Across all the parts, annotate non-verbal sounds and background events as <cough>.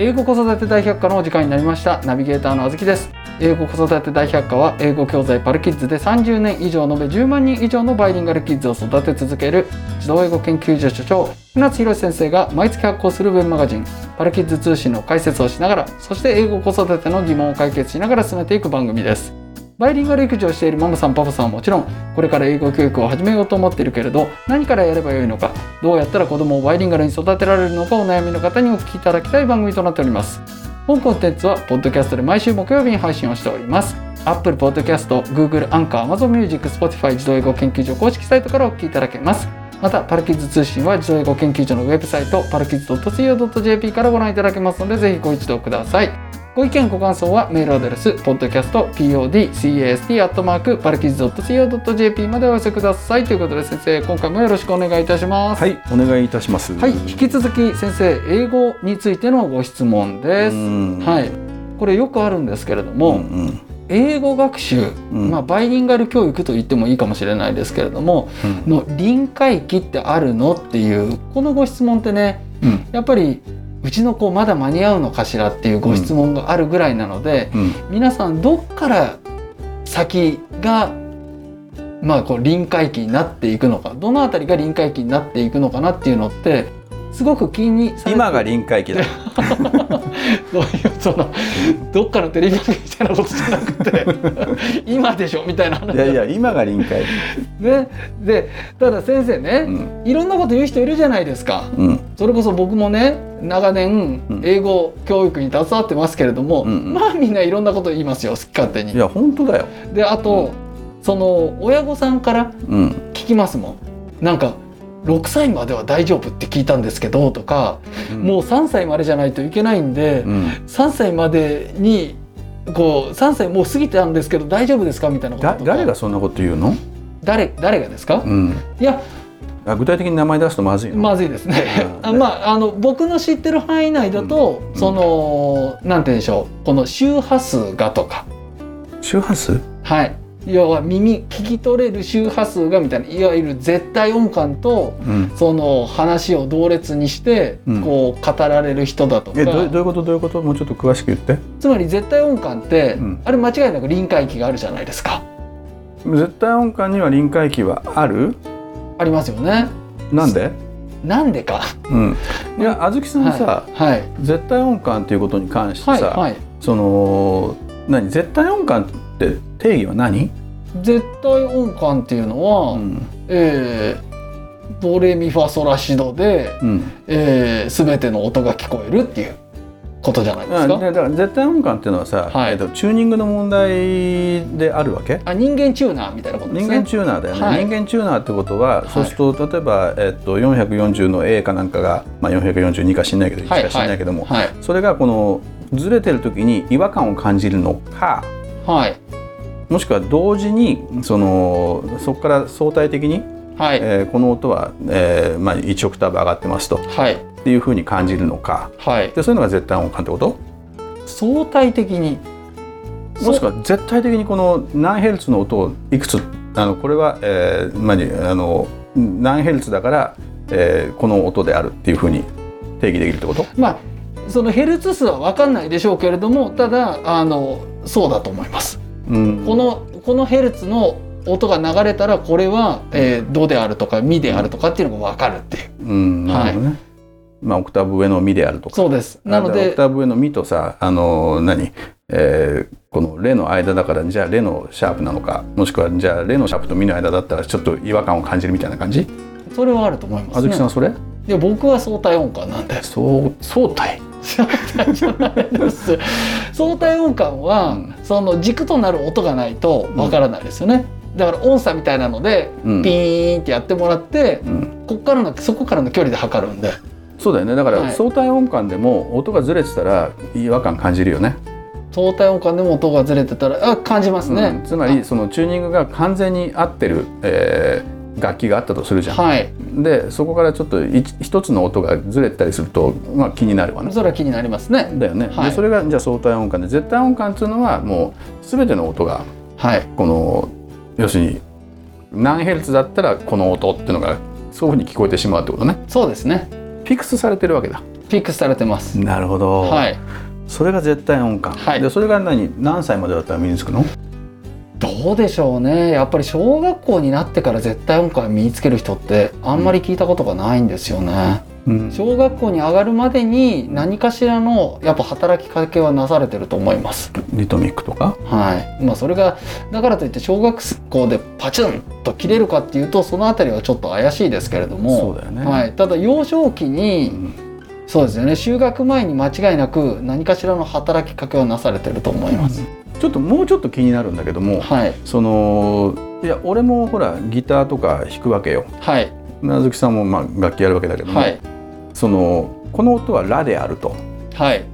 英語子育て大百科のお時間になりましたナビゲーターのあずきです英語子育て大百科は英語教材パルキッズで30年以上延べ10万人以上のバイリンガルキッズを育て続ける児童英語研究所所長船津博史先生が毎月発行する文マガジンパルキッズ通信の解説をしながらそして英語子育ての疑問を解決しながら進めていく番組ですバイリンガル育児をしているママさんパパさんはもちろんこれから英語教育を始めようと思っているけれど何からやればよいのかどうやったら子供をバイリンガルに育てられるのかお悩みの方にお聞きいただきたい番組となっております本コンテンツはポッドキャストで毎週木曜日に配信をしております Apple Podcast、Google アンカー、Amazon Music、Spotify 自動英語研究所公式サイトからお聞きいただけますまたパルキッズ通信は自動英語研究所のウェブサイトパルキッズ .co.jp からご覧いただけますのでぜひご一読くださいご意見ご感想はメールアドレス podcastpodcast.co.jp までお寄せくださいということで先生今回もよろしくお願いいたしますはい、お願いいたします。はい、引き続き先生英語についてのご質問ですうんはいこれよくあるんですけれども、うん英語学習、うんまあ、バイリンガル教育と言ってもいいかもしれないですけれどもうんの臨界期ってあるのっていうこのご質問ってねうんやっぱりうちの子まだ間に合うのかしらっていうご質問があるぐらいなので、うん皆さんどっから先がまあこう臨界期になっていくのかどのあたりが臨界期になっていくのかなっていうのってすごく気にされて今が臨 <laughs> 界期だ。そういうそのどっかのテレビ局みたいなことじゃなく <laughs> て今でしょみたいな話いやいや、今が臨界期。ねでただ先生ねう、んいろんなこと言う人いるじゃないですかうんそれこそ僕もね長年うん英語教育に携わってますけれども、うんうんまあみんないろんなこと言いますよ好き勝手いに。や、本当だよ。であと、その親御さんからうん。聞きますもん。なんか6歳までは大丈夫って聞いたんですけどとか、もう3歳までじゃないといけないんで、うん。 3歳までにこう3歳もう過ぎたんですけど大丈夫ですかみたいなことだ、とか誰がそんなこと言うの。誰誰がですか、うん。いやあ、具体的に名前出すとまずいの。まずいですねう。<laughs> んあまああの僕の知ってる範囲内だと、うんそのなんて言うんでしょうこの周波数がとか周波数。はい要は耳聞き取れる周波数がみたいないわゆる絶対音感とうん。その話を同列にして、うんこう語られる人だとかえ、どう、どういうこと、どういうこと、もうちょっと詳しく言って。つまり絶対音感って、うんあれ間違いなく臨界期があるじゃないですか絶対音感には臨界期はある。ありますよねなんで。なんでかうん。いや、あずきさんさは。いはい絶対音感っていうことに関してはいさ。はいその。何、絶対音感って定義は何。絶対音感っていうのは、うん。えードレミファソラシドで、うん。えー、全ての音が聞こえるっていうことじゃないですか。うんでだから絶対音感っていうのはさ、はいえっとチューニングの問題であるわけあ人間チューナーみたいなことです人ね。間チューナーだよね、はい人間チューナーってことは、いそうすると例えば、えっと、440の A かなんかが、まあ、442か知んないけど1はいか知んないけども、はいそれがこのずれてる時に違和感を感じるのかはいもしくは同時にそのそこから相対的に、はい、えーこの音は、えーまあ、1オクターブ上がってますとはいっていうふうに感じるのかはいでそういうのが絶対音感ってこと相対的にもしくは絶対的にこの何ヘルツの音をいくつあのこれは、えー、何あの何ヘルツだから、えーこの音であるっていうふうに定義できるってことまあそのヘルツ数は分かんないでしょうけれどもただあのそうだと思います。うんこのこのヘルツの音が流れたらこれは、えー、ドであるとかミであるとかっていうのが分かるっていう。うんなるほどね、まあオクターブ上のミであるとかそうです。なのあだからオでクターブ上のミとさあの何、えーこのレの間だからじゃあレのシャープなのかもしくはじゃあレのシャープとミの間だったらちょっと違和感を感じるみたいな感じそれはあると思いまあすずねきさ。んそれいや僕は相対音感なんです。そう相対 <laughs> 相対音感は、うんその軸となる音がないとわからないですよね。だから音差みたいなので、うんピーンってやってもらって、うんこっからのそこからの距離で測るんで。そうだよねだかはらい相対音感でも音がずれてたら違和感感じるよね、相対音感でも音がずれてたらあ感じますうんね。つまりそのチューニングが完全に合ってる、えー楽器があったとするじゃん、はい。でそこからちょっと一一つの音がずれてたりすると、まあ、気になるわねそれは気になりますね。だよね、はいでそれがじゃあ相対音感で絶対音感っていうのはもう全ての音がはい。この要するに何ヘルツだったらこの音っていうのがそういうふうに聞こえてしまうってことねそうですね。フィクスされてるわけだピックされてます。なるほど、はい。それが絶対音感、はいでそれが何何歳までだったら身につくのどうでしょうね。やっぱり小学校になってから絶対音感身につける人ってあんまり聞いたことがないんですよね。うん小学校に上がるまでに何かしらのやっぱ働きかけはなされてると思います。リトミックとかはい。まあそれがだからといって小学校でパチンと切れるかっていうとそのあたりはちょっと怪しいですけれどそうも。だよね、はい、ただ幼少期うにんそうですよね就学前に間違いなく何かしらの働きかけはなされてると思います。ちょっともうちょっと気になるんだけども、はいそのいや俺もほらギターとか弾くわけよはいなずきさんもまあ楽器やるわけだけども、はいそのこの音は「ラ」であると、はい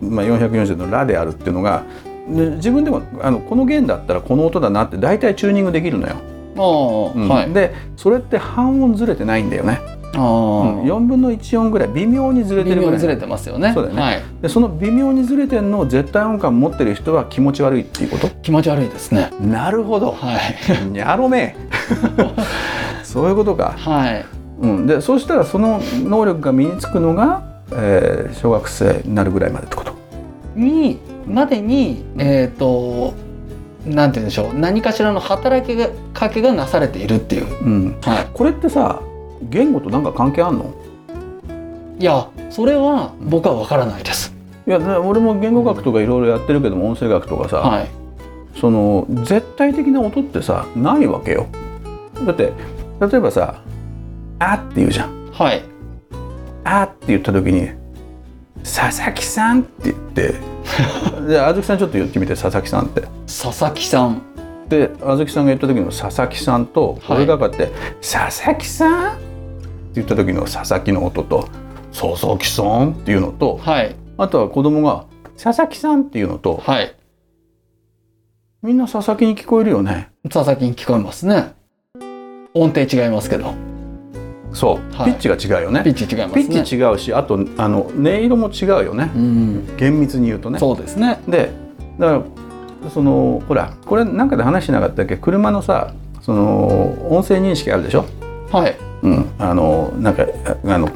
まあ、440の「ラ」であるっていうのがで自分でもあのこの弦だったらこの音だなって大体チューニングできるのよ、ああ、うんはいでそれって半音ずれてないんだよね、あうあ、ん、4分の1音ぐらい微妙にずれて微るぐ妙にらいずれてますよねそうだよねはい、でその微妙にずれてんのを絶対音感持ってる人は気持ち悪いっていうこと気持ち悪いですねなるほ <laughs> どはいにゃろ <laughs> めそういうことか、はいうん、でそうしたらその能力が身につくのが、えー小学生になるぐらいまでってことにまでにえっ、となんて言うんでしょう何かしらの働きかけがなされているっていううん、はこれってさ言語となんか関係あんのいいやそれは僕は分からないですいやな俺も言語学とかいろいろやってるけども音声学とかさ、はいその絶対的な音ってさないわけよだって例えばさ「あ」って言うじゃんはい「あ」って言った時に「佐々木さん」って言 <laughs> ってであずきさんちょっと言ってみて佐々木さんって佐々木さんであずきさんが言った時の佐々木さんとはい俺がかって「佐々木さん?」って言った時の佐々木の音と「佐々木さん?」っていうのとはいあとは子供が「佐々木さん?」っていうのとはいみんな佐々木に聞こえるよね。佐々木に聞こえますね音程違いますけどそう、はいピッチが違うよね。ピッチ違いますピねッチ違うしあとあの音色も違うよねうん厳密に言うとね。そうですねでだからそのほらこれなんかで話しなかったっけ車のさその音声認識あるでしょ、はいうん、あのなんかああの、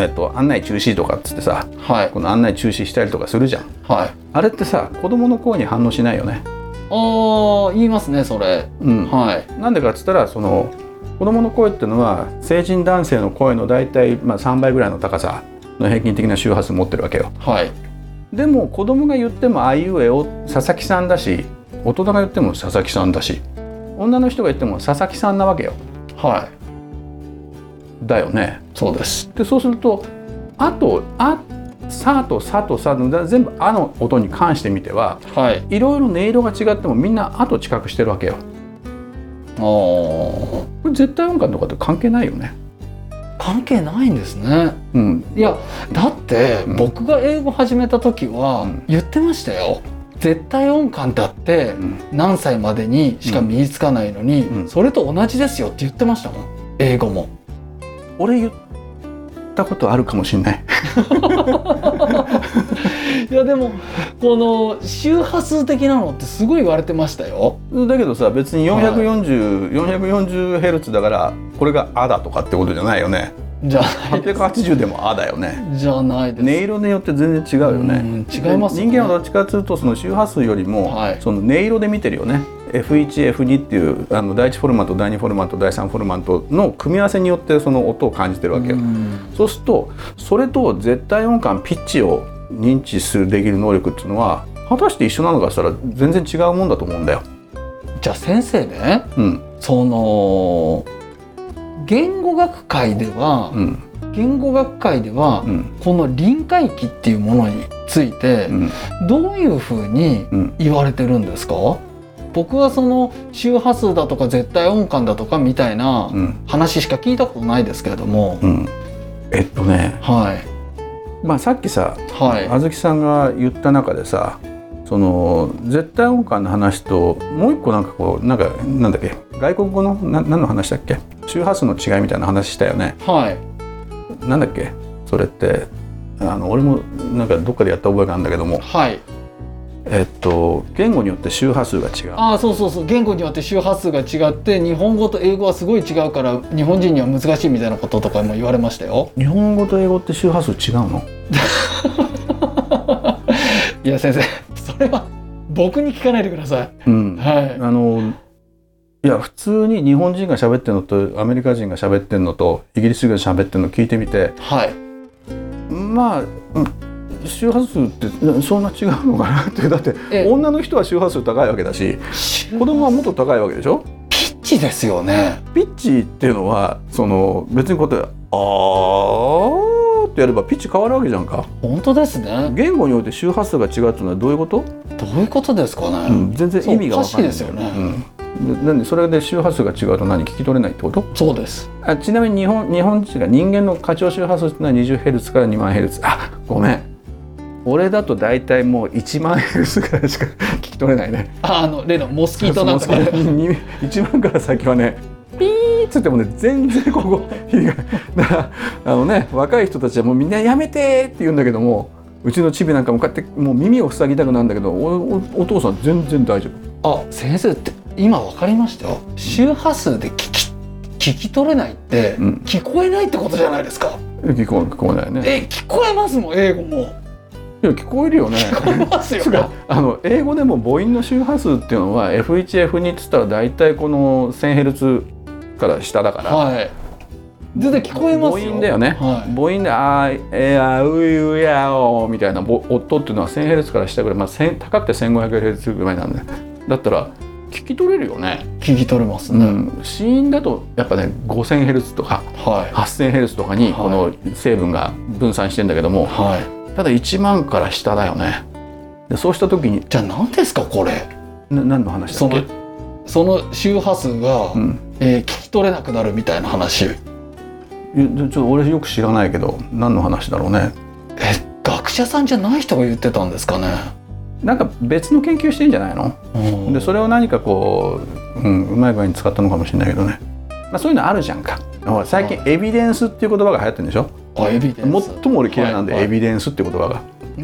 えっと、案内中止とかっつってさはいこの案内中止したりとかするじゃんはいあれってさ子供の声に反応しないよね、ああ言いますねそれうん、はいなんでかっつったらその子供の声っていうのは成人男性の声の大体、まあ、3倍ぐらいの高さの平均的な周波数持ってるわけよはいでも子供が言っても「あいうえお」佐々木さんだし大人が言っても佐々木さんだし女の人が言っても佐々木さんなわけよはだよねいそうですでそうすると「あ」と「あ」「さ」と「さ」と「さ」の全部「あ」の音に関してみてははいいろいろ音色が違ってもみんな「あ」と近くしてるわけよあこれ絶対音感とかって関係ないよねあ関係ないんですねうんいやだってうん僕が英語始めた時はうん言ってましたよ絶対音感だって何歳までにしか身につかないのに、うんそれと同じですよって言ってましたもん英語も俺言ったことあるかもしんない <laughs> いやでもこの周波数的なのってすごい言われてましたよだけどさ別にはい440ヘルツだからこれが「あ」だとかってことじゃないよねじゃないです880でもあだよね <laughs> じゃないです音色によって全然違うよねうん違いますよね人間はどっちかというとその周波数よりも、はいその音色で見てるよね F1F2 っていうあの第1フォルマット第2フォルマット第3フォルマットの組み合わせによってその音を感じてるわけよ、うんそうするとそれと絶対音感ピッチを認知するできる能力っていうのは果たして一緒なのかしたら全然違うもんだと思うんだよ。じゃあ先生ねうんその言語学会では、うん言語学会では、うんこの臨界期っていうものについてう、んどういうふうにうん言われてるんですか僕はその周波数だとか絶対音感だとかみたいなうん話しか聞いたことないですけれども、うんえっとねはいまあさっきさはあずきさんが言った中でさその絶対音感の話ともう一個なんかこうなんかなんだっけ外国語のな何の話だっけ周波数の違いみたいな話したよねいはいなんだっけそれってあの俺もなんかどっかでやった覚えがあるんだけどもはいえっと言語によって周波数が違う。ああそうそうそう言語によって周波数が違って日本語と英語はすごい違うから日本人には難しいみたいなこととかも言われました <laughs> よ。日本語と英語って周波数違うの？いや先生それは僕に聞かないでくださうんい。。はいあのいや普通に日本人が喋ってるのとアメリカ人が喋ってるのとイギリス人が喋ってるの聞いてみてはい。まあうん周波数ってなそんな違うのかなってだってええ女の人は周波数高いわけだし子供はもっと高いわけでしょピッチですよね。ピッチっていうのはその別にこうやって「あー」ってやればピッチ変わるわけじゃんか本当ですね。言語において周波数が違うっていうのはどういうこと、どういうことですかうね。ん、全然意味が分かんないんだそうおかしいですようんで何それで周波数が違うと何聞き取れないってことそうです。あちなみに日本日本人が人間の過聴周波数っていうのは 20Hz から2万 Hz あごめん俺だと大体もう1万 Hz ぐらいしか聞き取れないねああの例のモスキートなんと <laughs> かそ。うそうに1万から先はねピーっつってもね全然ここひびがだからあのね若い人たちはもうみんなやめてって言うんだけどもうちのチビなんかもこうやってもう耳を塞ぎたくなるんだけどおおお父さん全然大丈夫あ先生って今わかりましたよ。周波数で聞き聞き取れないってうん聞こえないってことじゃないですか。聞こえ聞こえないねえ聞こえますもん英語も。いや聞こえるよね聞こえますよつう。かあの英語でも母音の周波数っていうのは F1F2 っつったら大体この 1000Hz から下だからはい。全然聞こえますよ。母音だよね、はい。母音で「あーえーあーういうやお」みたいなぼ音っていうのは 1000Hz から下ぐらい、まあ、1000高くて 1500Hz ぐらいなんでだったら聞き取れるよね、聞き取れますうね。ん、子音だとやっぱね 5000Hz とかはい。 8000Hz とかにこの成分が分散してんだけども、はい。ただ1万から下だよねでそうした時にじゃあ何ですかこれ。な何の話だそっけのその周波数が、うんえー聞き取れなくなるみたいな話。いやちょっと俺よく知らないけど何の話だろうねえ学者さんじゃない人が言ってたんですかね。なんか別の研究してんじゃないのうんでそれを何かこう、うん、うまい具合に使ったのかもしれないけどね、まあ、そういうのあるじゃんかほら最近エビデンスっていう言葉が流行ってるんでしょあエビデ最ンもス。俺嫌いなんで、はいエビデンスって言葉がは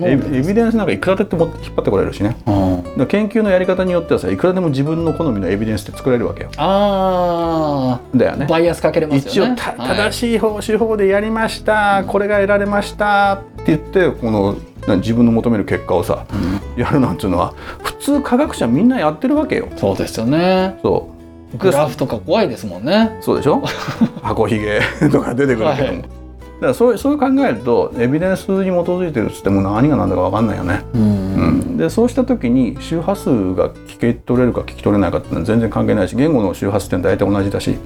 いエビエビデンスなんかいくらだっても引っ張ってこられるしねうんだから研究のやり方によってはさいくらでも自分の好みのエビデンスって作れるわけよああ、だよねバイアスかけれます一よ応ね。たはい正しい方手法でやりました、これが得られましたって言ってこのな自分の求める結果をさ、やるなんていうのは普通科学者みんなやってるわけよそうですよね。そうグラフとか怖いですもんね。そうでし <laughs> ょ箱ひげとか出てくるけども、はいだからそうそう考えるとエビデンスに基づいてるっつっても何が何だか分かんないよね、う。うんん、でそうした時に周波数が聞き取れるか聞き取れないかっていうのは全然関係ないし言語の周波数って大体同じだし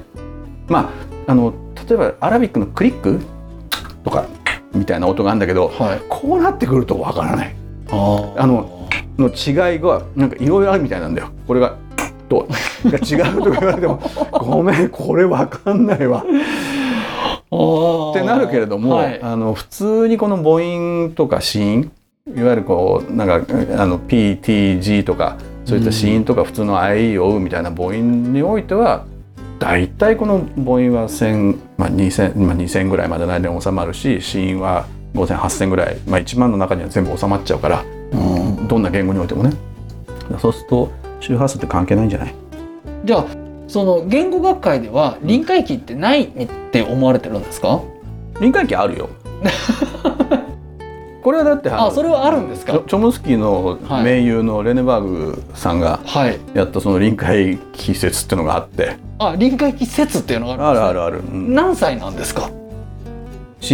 まああの例えばアラビックのクリックとかみたいな音があるんだけど、はい。こうなってくると分からないあーあのの違いがなんかいろいろあるみたいなんだよこれがとが違うとか言われてもごめんこれ分かんないわあーってなるけれども、はいあの普通にこの母音とか子音いわゆるこうなんかあの PTG とかそういった子音とか普通の IE を追うみたいな母音においては大体この母音は1000、まあ、2000, まあ2000ぐらいまでの間に収まるし子音は50008000ぐらい、まあ、1万の中には全部収まっちゃうからうんどんな言語においてもねそうすると周波数って関係ないんじゃないじゃあその言語学会では臨界期ってないって思われてるんですか？臨界期あ <laughs> るよこれはだってのあ、それはあるんですチョか？チョムスキーの盟友のレネバーグさんがはい。やったその臨界季節ってのがあってあ、臨界期説っていうのがああるんですね。るあるある、うん何歳なんですか？思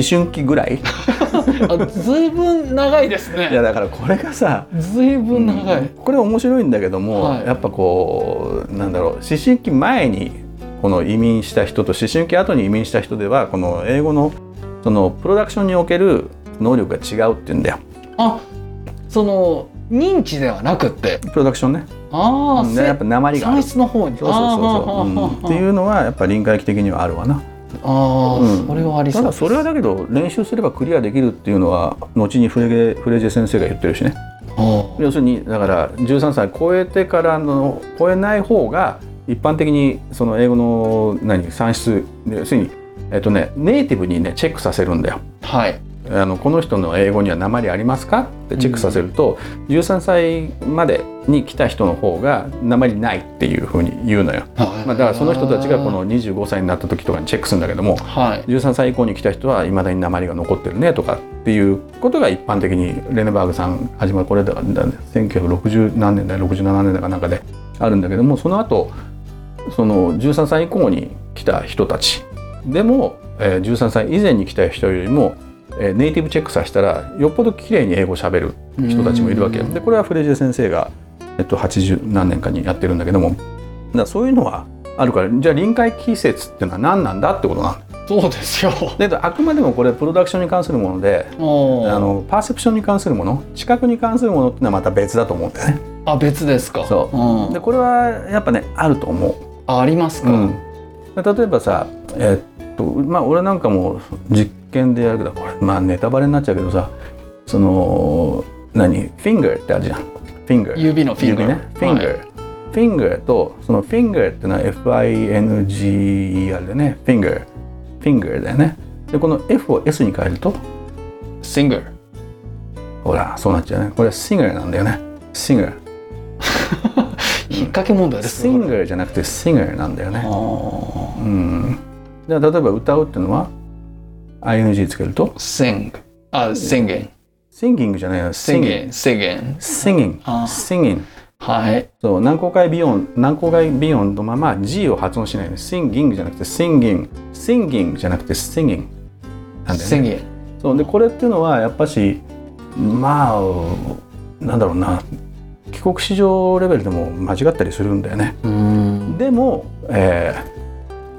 春期ぐらいあ、ずいぶん長いですいやね。だからこれがさ、ずいぶん長うんい。これ面白いんだけども、はいやっぱこうなんだろう思春期前にこの移民した人と思春期後に移民した人ではこの英語のそのプロダクションにおける能力が違うって言うんだよあ、その認知ではなくって、プロダクションねああ、うんでやっぱ鉛があ算る出の方に。。そうそうそうそう、うんっていううのはやっぱ臨界期的にはあるわなあーあー、うんそれはありそたうだです。それはだけど練習すればクリアできるっていうのは後にフレゲフレジェ先生が言ってるしねあ要するにだから13歳超えてからの超えない方が一般的にその英語の何算出要するにえっとねネイティブにねチェックさせるんだよーはい。あのこの人の英語には鉛ありますかってチェックさせると、13歳までに来た人の方が鉛ないっていうふうに言うのよ、はいまあ、だからその人たちがこの25歳になった時とかにチェックするんだけどもはい13歳以降に来た人はいまだに鉛が残ってるねとかっていうことが一般的にレネバーグさん始まるこれだからだ1960何年代67年代かなんかであるんだけどもその後その13歳以降に来た人たちでも、えー13歳以前に来た人よりも、えーネイティブチェックさせたらよっぽど綺麗に英語しゃべる人たちもいるわけうんでこれはフレジェ先生が、えっと、80何年かにやってるんだけどもだからそういうのはあるからじゃあ臨界季節っていうのは何なんだってことなんだそうですよで <laughs> あくまでもこれプロダクションに関するものでおーあのパーセプションに関するもの知覚に関するものってのはまた別だと思うんだよねあ別ですかそううんでこれはやっぱねあると思う、あありますか、で例えばさえっとまあ俺なんかも実験でやるけどこれまあネタバレになっちゃうけどさその何フィンガーってあるじゃんフィンガー指のフィンガーねフィンガー、フィンガーとそのフィンガーってのは FINGER でねフィンガーフィンガーだよねでこの F を S に変えるとシングルほら、そうなっちゃうね。これはシンガーなんだよね。シンガー。引っ掛け問題ですシンガーじゃなくてシンガーなんだよあね。ーうん。じゃあ、例えば歌うっていうのは、ing つけると、シングあ宣言シンギングじゃないよ。宣。言宣言シンギンあーグ。シンギング。はいそう、軟高回ビヨン、軟高回ビヨンのまま G を発音しないね。シンギングじゃなくてシンギング。シンギングじゃなくてシンギング。なんだよね。宣言そうでこれっていうのはやっぱしまあなんだろうな帰国子女レベルでも間違ったりするんだよね。うんでも、えー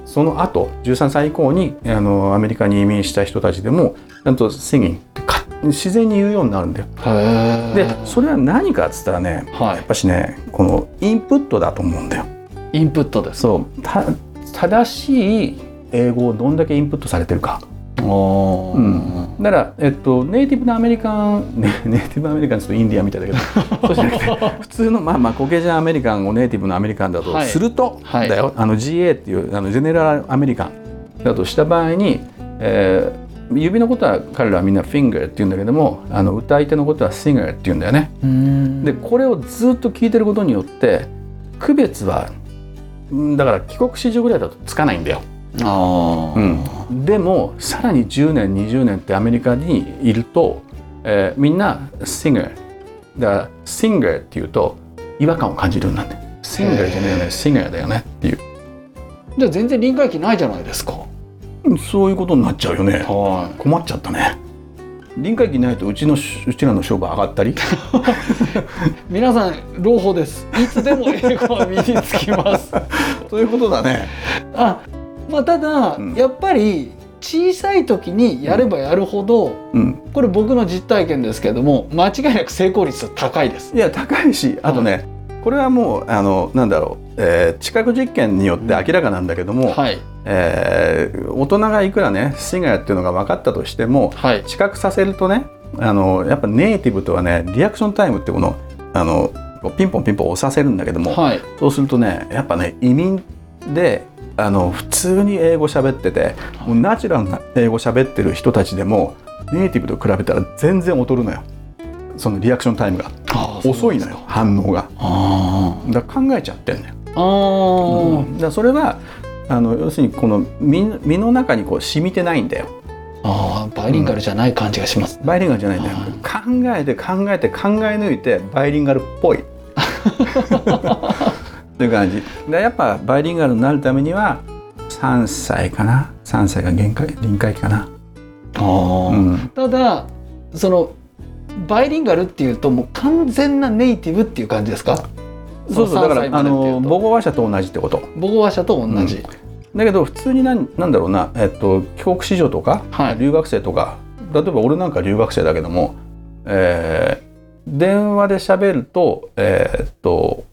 その後13歳以降にあのアメリカに移民した人たちでもちゃんと「セギン」ってか自然に言うようになるんだよ。へーでそれは何かっつったらねやっはぱしねこのインプットだと思うんだよ。いインプットですそうた正しい英語をどんだけインプットされてるか。おーうんだから、えっと、ネイティブなアメリカン、 <laughs> ね、ネイティブアメリカンちょっとインディアンみたいだけど <laughs> そうじゃなくて普通のまあまあコケジャンアメリカンをネイティブのアメリカンだとはいすると、はいだよあの GA っていうあのジェネラルアメリカンだとした場合に、えー指のことは彼らはみんなフィンガーって言うんだけどもあの歌い手のことはシンガーって言うんだよね。うんでこれをずっと聞いてることによって区別はうんだから帰国子女ぐらいだとつかないんだよ。あーうん、でもさらに10年20年ってアメリカにいると、えーみんなシンガーだからシンガーっていうと違和感を感じるようになってシンガーじゃないよねシンガーだよねっていうじゃあ全然臨界期ないじゃないですかうんそういうことになっちゃうよねは困っちゃったね臨界期ないとうちのしうちらの商売上がったりい皆さん朗報ですいつでも英語は身につきます <laughs> <laughs> そういうことだねあまあただ、うんやっぱり小さい時にやればやるほど、うんこれ僕の実体験ですけども間違いなく成功率高いですいや高いしあとね、これはもうあのなんだろう、えー、知覚実験によって明らかなんだけども、はいえー大人がいくらねシンガーっていうのが分かったとしてもはい知覚させるとねあのやっぱネイティブとはねリアクションタイムってこのあのこうピンポンピンポン押させるんだけども、はいそうするとねやっぱね移民であの普通に英語喋っててもうナチュラルな英語喋ってる人たちでもネイティブと比べたら全然劣るのよそのリアクションタイムがあー遅いのよ反応があだから考えちゃってんのよーあだからそれはあの要するにこの身身の中にこう染みてないんだよーあーバイリンガルじゃない感じがします、バイリンガルじゃないんだよはい考えて考えて考え抜いてバイリンガルっぽ <laughs> いという感じでやっぱバイリンガルになるためには3歳かな3歳が限界臨界期かな、あうーん、ただそのバイリンガルっていうともう完全なネイティブっていう感じですかそうそうだか3歳らまあでっていのうと母語話者と同じってこと母語話者と同じ、だけど普通になんなんだろうな、えっと、帰国子女とか、はい留学生とか例えば俺なんか留学生だけども、えー電話で喋ると,、えーっと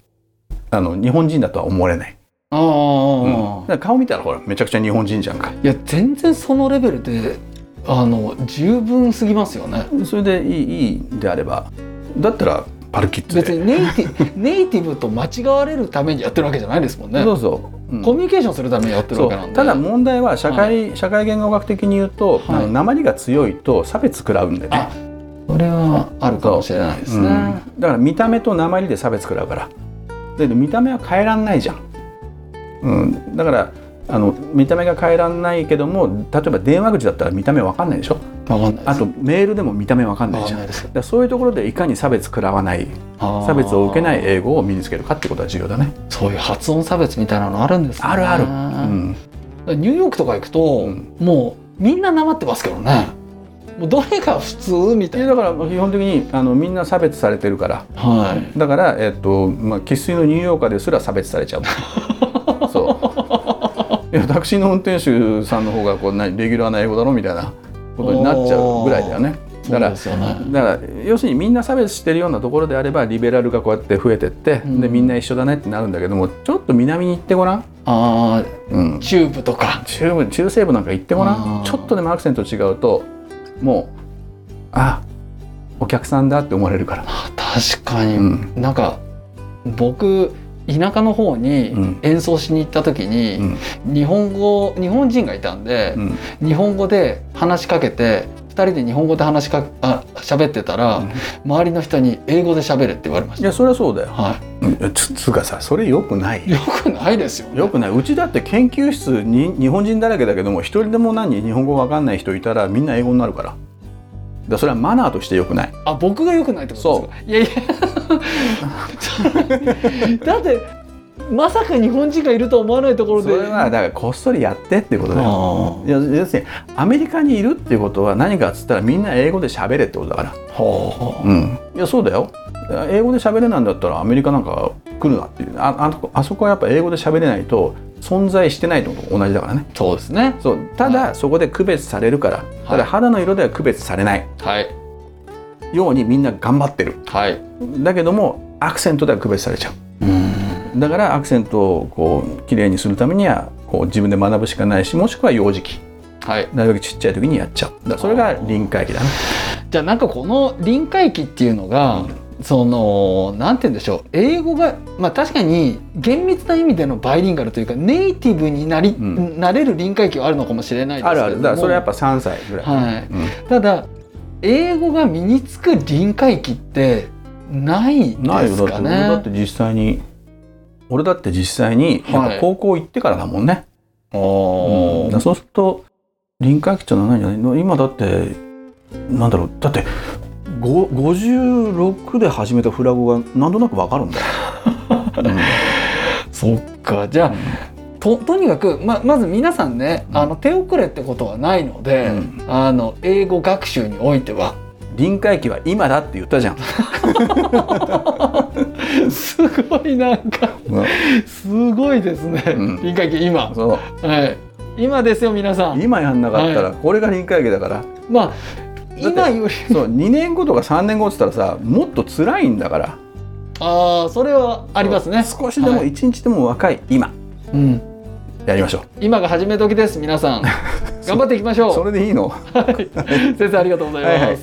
あの日本人だとは思われない、あうんあ、だから顔見たらほらめちゃくちゃ日本人じゃんかいや全然そのレベルであの十分すぎますよね。それでいいいいんであればだったらパルキッズ別で。にネイティ <laughs> ネイティブと間違われるためにやってるわけじゃないですもんねそうそう。うんコミュニケーションするためにやってるそわうけなんでただ問題は社会、社会言語学的に言うと、はいあの鉛が強いと差別食らうんでねあそれはあるかもしれないですね、うんだから見た目と鉛で差別食らうからで見た目は変えらんないじゃん、うん、だからあの見た目が変えらんないけども例えば電話口だったら見た目わかんないでしょわかんないですあとメールでも見た目わかんなわいじかゃんんなだいですからそういうところでいかに差別食らわない差別を受けないあー英語を身につけるかってことは重要だねそういう発音差別みたいなのあるんですねあるある、うん、ニューヨークとか行くと、んもうみんななまってますけどねもうどれが普通みたいいなやだから基本的にあのみんな差別されてるからはいだから、えっとまあ、生粋のニューヨーカーですら差別 <laughs> されちゃうそういやタクシーの運転手さんの方がこうなレギュラーな英語だろみたいなことになっちゃうぐらいだよねだからそうですよねだから要するにみんな差別してるようなところであればリベラルがこうやって増えてって、うんでみんな一緒だねってなるんだけどもちょっと南に行ってごらん、あうんあ、チューブとか中部中西部なんか行ってごらあーんちょっとでもアクセント違うともうあお客さんだって思われるから。あ確かに、うんなんか僕田舎の方うにん演奏しに行った時うに、ん日本語日本人がいたんでう、ん日本語で話しかけて2人で日本語で話しかけあ喋ってたら、うん周りの人に英語で喋れって言われましいた。やそりゃそうだよはうんつつうかさそれよくないい、よくないですよね。よくないうちだって研究室に日本人だらけだけども一人でも何日本語わかんない人いたらみんな英語になるからだからそれはマナーとしてよくないあ僕がよくないってことですかいやい <laughs> やだってまさか日本人がいるとは思わないところそでれはだからこっそりやってってことだよあいや要するにアメリカにいるっていうことは何かっつったらみんな英語で喋れってことだからーほううんいやそうだよ英語で喋れないんだったらアメリカなんか来るなっていうああのあそこはやっぱ英語で喋れないと存在してないのと同じだからねそうですねそうたはだそこで区別されるから、ただ肌の色では区別されないはいようにみんな頑張ってるはいだけどもアクセントでは区別されちゃううんだからアクセントをこう綺麗にするためにはこう自分で学ぶしかないしもしくは幼児期はいなるべくちっちゃい時にやっちゃうだからそれが臨界期だねじゃあなんかこの臨界期っていうのが、そのなんて言うんでしょう英語がまあ確かに厳密な意味でのバイリンガルというかネイティブになり、んなれる臨界期はあるのかもしれないですあけれるどあもるだからそれはやっぱ3歳ぐらい、はいうんただ英語が身につく臨界期ってないないでよすだってか俺だっねて。実際に俺だって実際にやっぱ高校行ってからだもんね、うんだからそうすると臨界期っていうのは何じゃない今だってなんだろうだってご56で始めたフラグがなんとなくわかるんだよ、そっかじゃあととにかくままず皆さんね、うんあの手遅れってことはないので、うんあの英語学習においては <laughs> 臨界期は今だって言ったじゃん、すごいなんかすごいですね、うん臨界期今、そうはい、今ですよ皆さん今やんなかったらこれが臨界期だから、まあ今よりそう2年後とか3年後って言ったらさもっと辛いんだからああそれはありますね、少しでもはい一日でも若い今うん、やりましょう、今が始め時です皆 <laughs> さん頑張っていきましょうそれでいいの <laughs> 先生ありがとうございます。はいはい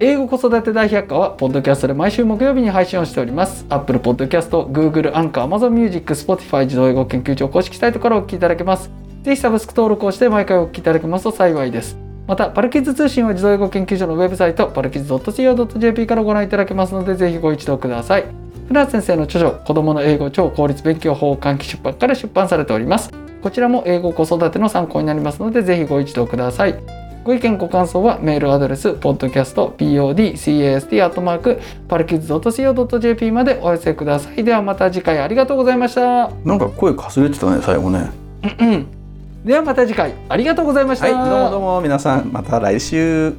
英語子育て大百科はポッドキャストで毎週木曜日に配信をしております。Apple Podcast、Google、アンカー、Amazon Music、Spotify 自動英語研究所公式サイトからお聞きいただけます。ぜひサブスク登録をして毎回お聞きいただけますと幸いです。また、パルキッズ通信は自動英語研究所のウェブサイト、パルキッズ .co.jp からご覧いただけますので、ぜひご一読ください。フラー先生の著書、子供の英語超効率勉強法を換気出版から出版されております。こちらも英語子育ての参考になりますので、ぜひご一読ください。ご意見ご感想はメールアドレス podcastpodcast.co.jp までお寄せください。ではまた次回ありがとうございました。なんか声かすれてたね最後ねはではまた次回ありがとうございました。いどうもどうも皆さんまた来週